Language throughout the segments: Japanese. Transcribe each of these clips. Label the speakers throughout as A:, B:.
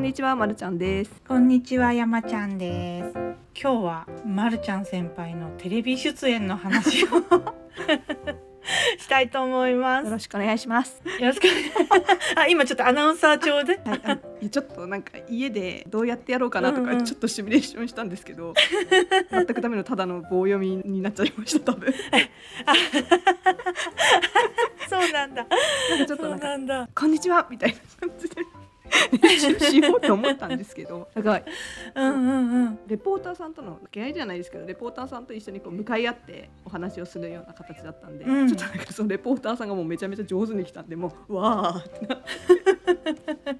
A: にちは、まるちゃんです。
B: こんにちは、山ちゃんです。今日はまるちゃん先輩のテレビ出演の話を したいと思います。
A: よ
B: よ
A: ろしくお願いします。
B: ろしく。あ、今ちょっとアナウンサー調で。
A: はい、あの ちょっとなんか家でどうやってやろうかなと
B: うんう
A: か
B: ん
A: ちょっとシミュレーションしたんですけど、 全くダメのただの棒読みになっちゃいまし た多分。
B: そうなんだ。
A: なんかちょっと
B: そ
A: な
B: うん
A: か
B: なんだ。
A: こんにちはみたいな感じで。練習しようと思ったんです けどなんか
B: うんうんうん。
A: レポーターさんとの出会いじゃないですけどレポーターさんと一緒にこう向かい合ってお話をするような形だったんで、
B: うん
A: ちょっとなんかそのレポーターさんがもうめちゃめちゃ上手に来たんでもうわーってなって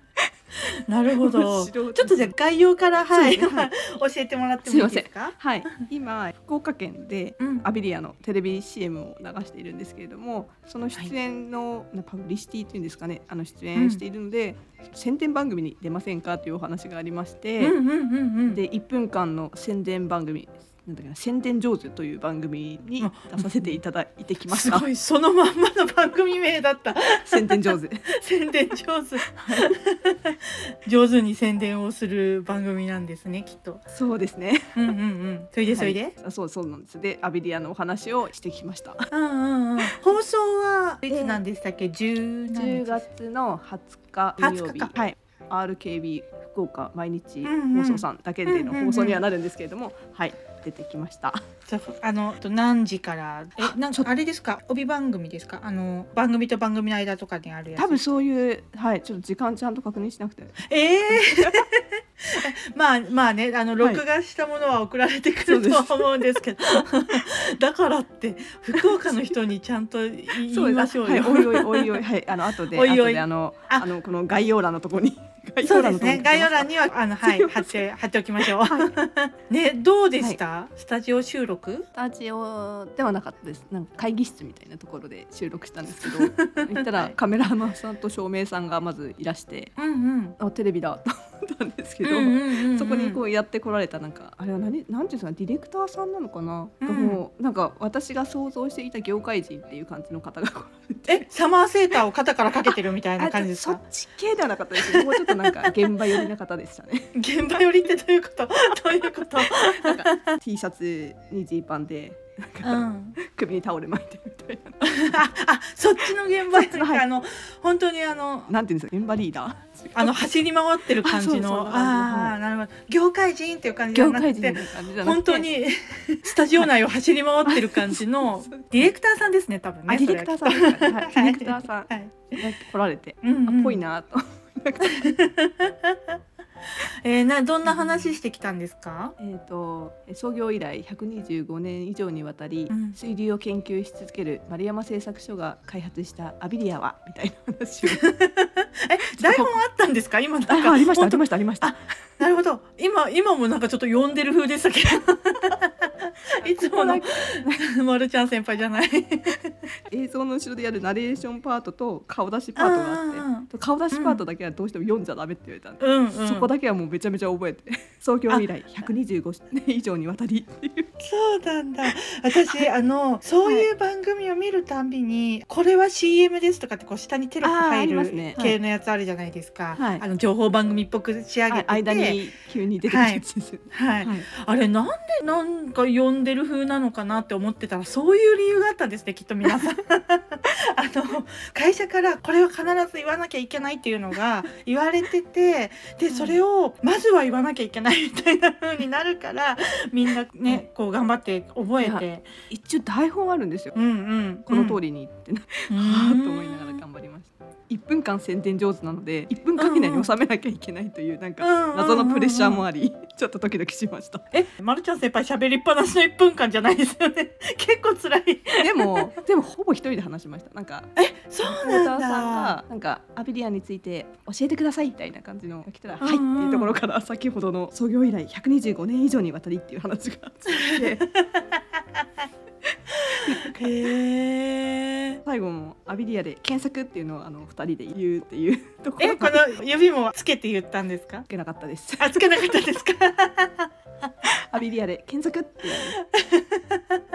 B: なるほど。
A: 素
B: ちょ
A: 人
B: っとじゃあ概要からはい、
A: そうですねは
B: 教えてもらってもいいですか。
A: はい今福岡県で
B: うん
A: アビリアのテレビ CM を流しているんですけれどもその出演の、なパブリシティというんですかねあの出演しているので、宣伝番組に出ませんかというお話がありまし
B: うん
A: て、
B: うんうんうん。
A: で1分間の宣伝番組なんだっけな宣伝上手という番組に出させていただいてきまし
B: す
A: た
B: ごいそのまんまの番組名だった。
A: 宣伝 上手
B: 宣伝上手。 上手に宣伝をする番組なんですね、きっと。
A: そうですね
B: うんうんうん。それでそれで。
A: はいあそうそうなんですでアビリアのお話をしてきました
B: うんうんうん。放送はいつなんでしたっけ？十
A: 10
B: 何日。
A: 月の20日
B: 20
A: 金曜日
B: か
A: はい、RKB 福岡毎日
B: うんうん
A: 放送さんだけでの放送にはなるんですけれども、はい出てきました
B: そうあのと何時からえなんかあれですか？帯番組ですか？あの番組と番組の間とかにあるやつ。
A: 多分そういうはいちょっと時間ちゃんと確認しなくて
B: ええ まあまあねあの
A: はい
B: 録画したものは送られてくるとは
A: そうです
B: 思うんですけど、 だからって福岡の人にちゃんと言いましょう
A: はい
B: よ。
A: おいおいおい おいはいあの後で
B: おいおい
A: 後であの
B: あ
A: あのこの概要欄のとこ に概
B: そうですね。
A: に
B: 概要欄にはあのはい
A: すいま
B: 貼
A: せん
B: って貼っておきましょう。 ねどうでした？スタジオ収録？
A: スタジオではなかったですなんか会議室みたいなところで収録したんですけ ど行ったらカメラマンさんと照明さんがまずいらして
B: うんうん。
A: あテレビだと思ったんですけど、
B: うんうんうんうん
A: そこにこうやってこられたなんかあれは何なんていうんですかディレクターさんなのかな、
B: うん
A: がもうなんか私が想像していた業界人っていう感じの方が来られて
B: えサマーセーターを肩からかけてるみたいな
A: あちょ
B: 感じです
A: そ
B: か
A: っち系ではなかったですけ どもうちょっとなんか現場寄りな方でした ね
B: 現場寄りってどういうこと どういうこと、
A: なんか T シャツにジーパンで
B: うん、
A: なんか
B: あ
A: 首にタオル巻いてみたい な、
B: あそっちの現場っていうか、
A: はい
B: あの本当にあの
A: なんていうんですか現場リーダー
B: あの走り回ってる感じ
A: あそうそう
B: の
A: そんな感じの
B: ああーなるほど業界人っていう感じじゃ
A: 業
B: なく
A: 界人みたい
B: て
A: な感じじゃなくて
B: 本当にスタジオ内を走り回ってる感じのディレクターさんですね多分
A: あ
B: ね
A: ディレクターさんですかね、はい、ディレクターさん
B: ん、はい
A: が来られて、
B: うんうん
A: あぽいなと
B: えー、などんな話してきたんですか、
A: えー、と創業以来125年以上にわたり、
B: うん
A: 水流を研究し続ける丸山製作所が開発したアビリアはみたいな話を
B: え台本あったんですか今なん
A: あ
B: か
A: ありました
B: 本
A: あり
B: 当
A: ましたありました
B: なるほど今今もなんかちょっと呼んでる風でしたけ どいつもの
A: ここ
B: まるちゃん先輩じゃ ない
A: だけ映像の後ろでやるナレーションパートと顔出しパートが
B: うんう
A: あ
B: んうん
A: って顔出しパートだけはどうしても読んじゃダメって言われたんで、
B: うん、うん、
A: そこだけはもうめちゃめちゃ覚えて創業以来125年以上にわたりっていう
B: そうなんだ私あのそういう番組を見るたんびに、これは CM ですとかってこう下にテロップ
A: あーあ
B: 入
A: りますね
B: る系のやつあるじゃないですか、
A: はい
B: あの情報番組っぽく仕上げてて
A: あ間、に急に出てくるやつです、
B: はい
A: はい
B: あれなんでなんか呼んでる風なのかなって思ってたらそういう理由があったんですねきっと皆さん あの会社からこれは必ず言わなきゃいけないっていうのが言われててでそれをまずは言わなきゃいけないみたいな風になるからみんなねこう頑張って覚えて
A: 一応台本あるんですよ、
B: うんうん、
A: この通りにって
B: うん、
A: はあと思いながら頑張りました1分間宣伝上手なので1分間以内に収めなきゃいけないというなんか
B: 張
A: 謎のプレッシャーも
B: あ
A: ありちょっとドキドキしました
B: えまるちゃん先輩喋りっぱなしの1分間じゃないですよね 結構辛い
A: でもでもほぼ一人で話しましたなんか
B: そう
A: リポ
B: な
A: ータ
B: ん
A: ーさん
B: だ
A: がなんかアビリアについて教えてくださいみたいな感じの来たら「
B: うんうん
A: はい」っていうところから先ほどの創業以来125年以上にわたりっていう話が続いて
B: へえ
A: 最後も「アビリアで検索」っていうのをあの2人で言うっていうところ
B: えこ
A: がい
B: の指もつけて言ったんですか
A: けなかったです。
B: あつけなかったですか
A: アビリアで検索っていう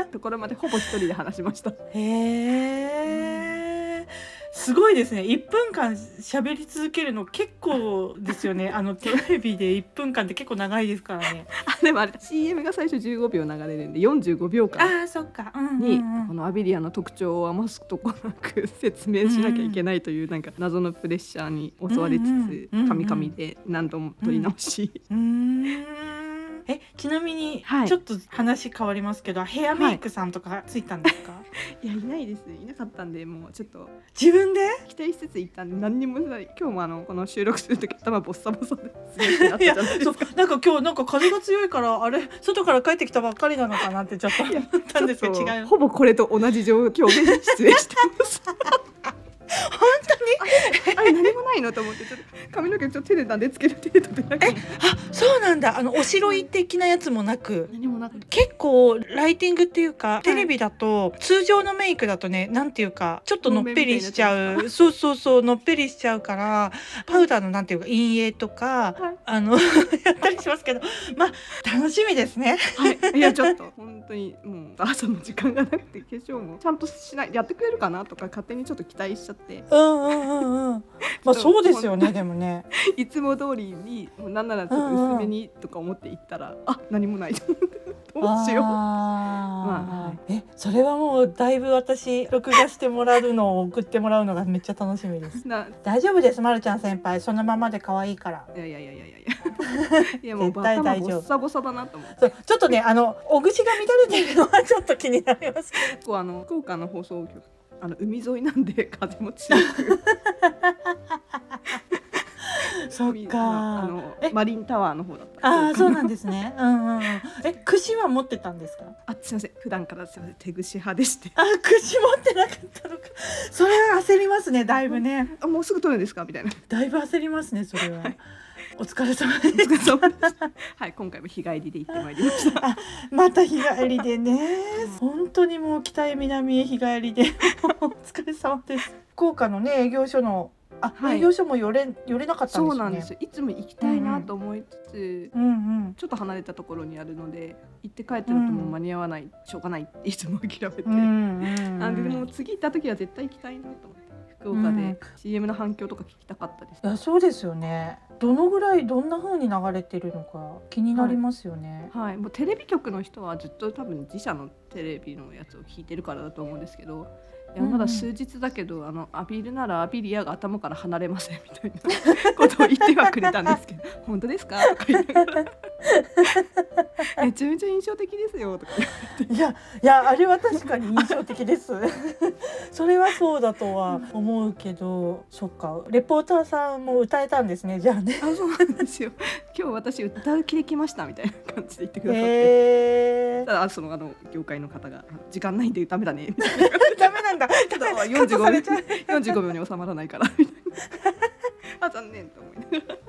A: ところまでほぼ一人で話しました。
B: へえすごいですね1分間喋り続けるの結構ですよねあのテレビで1分間って結構長いですからね
A: あでもあれ CM が最初15秒流れるんで45秒間
B: ああそっかうんうん、う
A: に
B: ん
A: このアビリアの特徴を余すとこなく説明しなきゃいけないというなんか謎のプレッシャーに襲われつつ
B: うんうん
A: カミカミで何度も撮り直し
B: うーんえちなみに、
A: はい
B: ちょっと話変わりますけどヘアメイクさんとかついたんですか、
A: い やいないですいなかったんでもうちょっと
B: 自分で
A: 期待しつつ行ったんで何にもない今日もあのこの収録する時頭ボッサボサですごいってなっ
B: い
A: た
B: や
A: じゃないで
B: そ
A: す
B: う
A: か。
B: なんか今日なんか風が強いからあれ外から帰ってきたばっかりなのかなってちょっと思ったんですけど
A: ちょ
B: 違
A: っと
B: う
A: ほぼこれと同じ状況で失礼してます。本当にあれ何もないのと思ってちょっと髪の毛ちょっと手でなんでつける程度でなんか
B: あそうなんだあのおしろい的なやつもなく
A: 何もなくて
B: 結構ライティングっていうかテレビだと通常のメイクだとねなんていうかちょっとのっぺりしちゃうそうそうそうのっぺりしちゃうからパウダーのなんていうか陰影とか、
A: はい
B: あの やったりしますけどまあ楽しみですね。
A: はい、いやちょっと本当にもう朝の時間がなくて化粧もちゃんとしないやってくれるかなとか勝手にちょっと期待しちゃって
B: うんうんうんうん。まあそうですよねでもね。
A: いつも通りにもうなんならちょっと薄めにとか思って行ったら、あ何もない どうしよう
B: あ
A: ま
B: ーえそれはもうだいぶ私録画してもらうのを送ってもらうのがめっちゃ楽しみです。
A: な
B: 大丈夫ですまるちゃん先輩そのままで可愛いから。
A: いやいやいやいや いやいやいやもう
B: 絶対
A: 頭
B: 大丈夫
A: ボッサボサだなと思って
B: そうちょっとねあのお口が乱れてるのはちょっと気になりますけど。
A: 結構あの福岡の放送局あの海沿いなんで風も強く
B: そっ
A: 海
B: か。
A: あの
B: え
A: マリンタワーの方だった
B: ああそうなんんです ね。うんうんうん。え串は持ってたんですか。
A: あすいません普段からすいません手ぐし派でして
B: あ串持ってなかったのか。それは焦りますねだいぶね。
A: あもうすぐ撮るんですかみたいな
B: だいぶ焦りますねそれは。お疲れ様
A: お
B: です
A: 疲。れ様ですはい今回も日帰りで行ってまいりました
B: また日帰りでね本当にもう北へ南へ日帰りで お疲れ様です福岡のね営業所のあ、
A: はい
B: 営業所も寄れ寄れなかったんですよね
A: そうなんですよいつも行きたいなと思いつつ、
B: うんうん
A: ちょっと離れたところにあるので行って帰ってるともう間に合わない、しょうがないっていつも諦めて、
B: うんうん
A: なんでで
B: う
A: も
B: んい
A: 次行った時は絶対行きたいなと思って福岡
B: うん
A: で CM の反響とか聞きたかったです、
B: やそうですよねどのぐらいどんな風に流れてるのか気になりますよね、
A: はい、もうテレビ局の人はずっと多分自社のテレビのやつを聞いてるからだと思うんですけどい
B: う
A: や
B: んうん
A: まだ数日だけど、あのアビルならアビリアが頭から離れませんみたいなことを言ってはくれたんです けど「本当ですか?」とか言いながら「めちゃめちゃ印象的ですよ」とか
B: い、やいやあれは確かに印象的です それはそうだとは思うけどそっかレポーターさんも歌えたんですねじゃ あね
A: あそうなんですよ今日私歌う気できましたみたいな感じで言ってくださって、
B: えー
A: ただそのあの業界の方が「時間ないんでダメだね」みたい
B: ダメなんだ。
A: な
B: ダメカットされちゃう
A: 45秒45秒に収まらないからみたい なあ残念と思いながら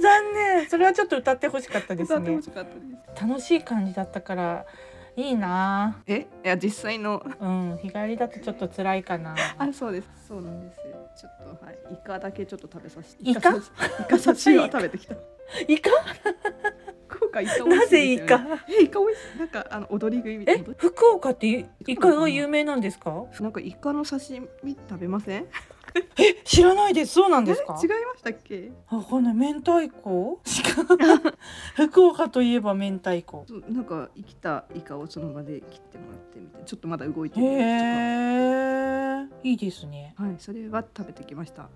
B: 残念。それはちょっと歌ってほしかったです
A: 歌って
B: ね
A: ほ。しかったです
B: 楽しい感じだったからいいな。
A: えいや実際の
B: うん、日帰りだとちょっと辛いかな。
A: あそうですそうなんですよちょっとはいイカだけちょっと食べさせて
B: イカ
A: イカ刺しは食べてきた
B: イカ？
A: 福岡イカ美
B: な
A: 味しい
B: ぜ
A: で
B: イ
A: すよね
B: カ？
A: えイカ美味しいなんかあの踊り食いみたい
B: え
A: な、
B: 福岡ってイカが有名なんですか？
A: なんかイカの刺身食べません
B: え、知らないです。そうなん
A: え違
B: です
A: いま
B: か？
A: したっけ
B: わかんない。明太 子？福岡といえば明太子。
A: そうなんか生きたイカをその場で切ってもらってみたいなちょっとまだ動いて
B: へ
A: るや
B: え。いいですね
A: つ。とかはいそれは食べてきました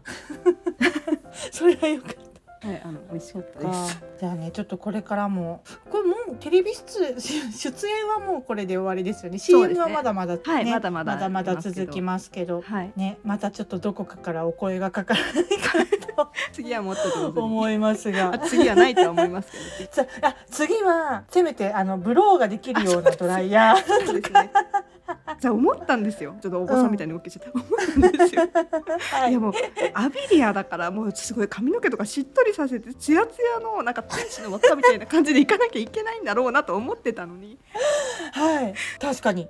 B: それはよかった。
A: はいあの美味しかったで
B: か
A: す
B: じゃあねちょっとこれからもこれもうテレビ出出出演はもうこれで終わりですよね
A: そう
B: CM
A: ですね
B: はまだまだ、ね
A: はいまだまだ
B: まだまだ続きますけど
A: はい
B: ねまたちょっとどこかからお声がかからないか
A: 次はもっと上
B: な
A: 手
B: と
A: に
B: 思います
A: あ
B: が。
A: 次はないとは思いますけど
B: さあ次はせめてあのブローができるようなドライヤー
A: そうですね。じゃあ思ったんですよ。ちょっとおばさんみたいに動けちゃった。思ったんですよ。
B: はい
A: いやもうアビリアだからもうすごい髪の毛とかしっとりさせてツヤツヤのなんか天使の輪っかみたいな感じでいかなきゃいけないんだろうなと思ってたのに、
B: はい確かに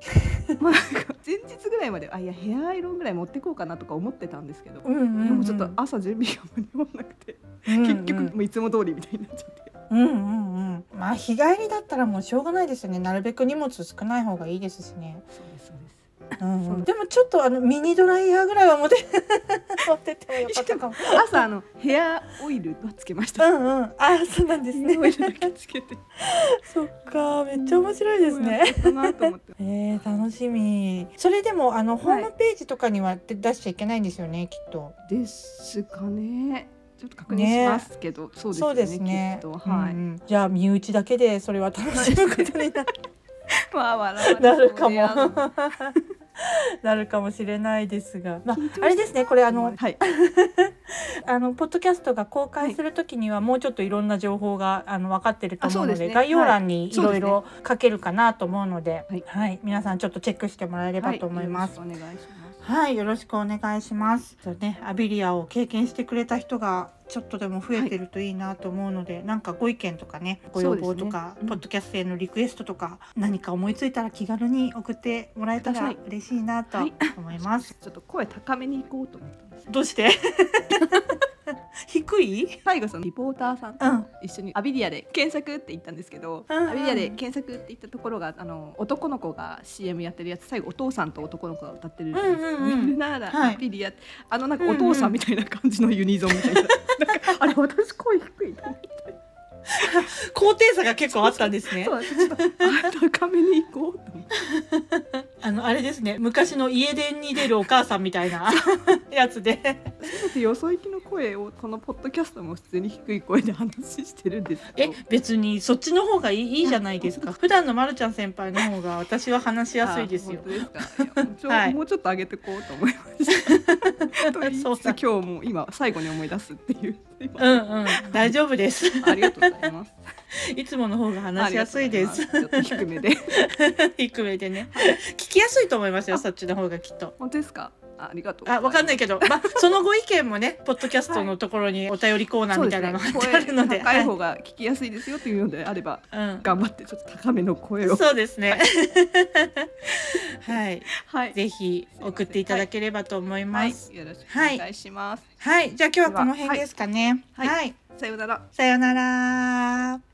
A: まあなんか前日ぐらいまであいやヘアアイロンぐらい持ってこうかなとか思ってたんですけど、
B: うんうん、うん、
A: でもちょっと朝準備が間に合わなくて、結局もういつも通りみたいになっちゃって。
B: うんうんうんまあ日帰りだったらもうしょうがないですよねなるべく荷物少ない方がいいですしね
A: そうですそうです。
B: うん
A: そう
B: でもちょっとあのミニドライヤーぐらいは持って持ってってもよかったかも。
A: 朝あのヘアオイルはつけまし
B: う
A: た。
B: んうん、あそうなんですね
A: ヘア。オイルだけつけて。
B: そっかめっちゃ面白いです
A: こうやっ
B: ね。
A: てたなと思って。
B: えー、楽しみ。それでもあのホ
A: はい
B: ームページとかには出しちゃいけないんですよね、きっと。
A: ですかね。ちょっと確認しますけど、そうです
B: そ
A: よ
B: うですね。
A: きっとはい。
B: うんうんじゃあ身内だけでそれは楽しむことにな
A: まあ笑われ
B: なるか
A: そうであの
B: も。 なるかもしれないですが、まああれですね、これあの
A: はい。
B: あのポッドキャストが公開するときにはもうちょっといろんな情報があの分かってると思うの
A: あそう
B: で
A: ですね
B: 概要欄にいろい
A: は
B: ろ書けるかなと思うので、
A: は
B: はいい皆さんちょっとチェックしてもらえればと思います。
A: はよろしくお願
B: はい、よろしくお
A: いします。
B: 願いします。そうね、アビリアを経験してくれた人がちょっとでも増えてるといいなと思うので、なんかご意見とかね、ご要
A: そう
B: 望
A: です
B: と
A: ね
B: か、
A: うん
B: ポッドキャストへのリクエストとか、何か思いついたら気軽に送ってもらえた
A: は
B: ら
A: い
B: 嬉しいなと
A: はい
B: 思い ます。
A: ちょっと声高めに行こうと思ったんです。
B: どうして 低い？
A: タイガさんリポーターさんと
B: うん
A: 一緒にアビリアで検索って言ったんですけど、
B: うんうん
A: アビリアで検索って言ったところがあの男の子が CM やってるやつ最後お父さんと男の子が歌ってるじゃないですか
B: うんうんうん
A: ルナーラ、
B: はい
A: アビリアあのなんか
B: うんう
A: お
B: ん
A: 父さんみたいな感じのユニゾンみた いな,、なんかあれ私声低いと思って
B: 高低差が結構あったんですね
A: そう。私ちょっとあ高めに行こうと思って
B: あのあれですね、昔の家電に出るお母さんみたいなやつで。
A: ちょっとよそ行きの声をこのポッドキャストも普通に低い声で話してるんですけ
B: え
A: ど
B: 別にそっちの方がいいいいじゃないですか。普段のまるちゃん先輩の方が私は話しやすいですよ
A: あ。本当ですかいやもうちょ
B: はい
A: もうちょっと上げてこうと思い ました。と言いつつ
B: そうだ
A: 今日も今最後に思い出すっていう。すいま
B: う
A: せん
B: んうん大丈夫です。
A: ありがとうございます。
B: いつもの方が話しやすいです。
A: ありがとうございますちょっと低めで。
B: 低めでね。聞きやすいと思いますよ。そっちの方がきっと。
A: 本当ですか。あありがとうございます。。
B: あ、わかんないいけ ど、まあ、そのご意見もね、ポッドキャストのところにお便りコーナー
A: そう
B: み
A: で
B: た
A: す
B: いな
A: ね
B: のが。あるので、
A: 声高い方が聞きやすいですよというのであれば
B: はいうん、
A: 頑張ってちょっと高めの声を。
B: そうですね。 はい、
A: はい。
B: ぜひ送っていただければと思い
A: は
B: ま
A: い
B: す。。
A: よろしくお願いします。
B: はい、じゃあ今日はこの辺ですかね。
A: はい
B: はい、
A: さようなら。
B: さようなら。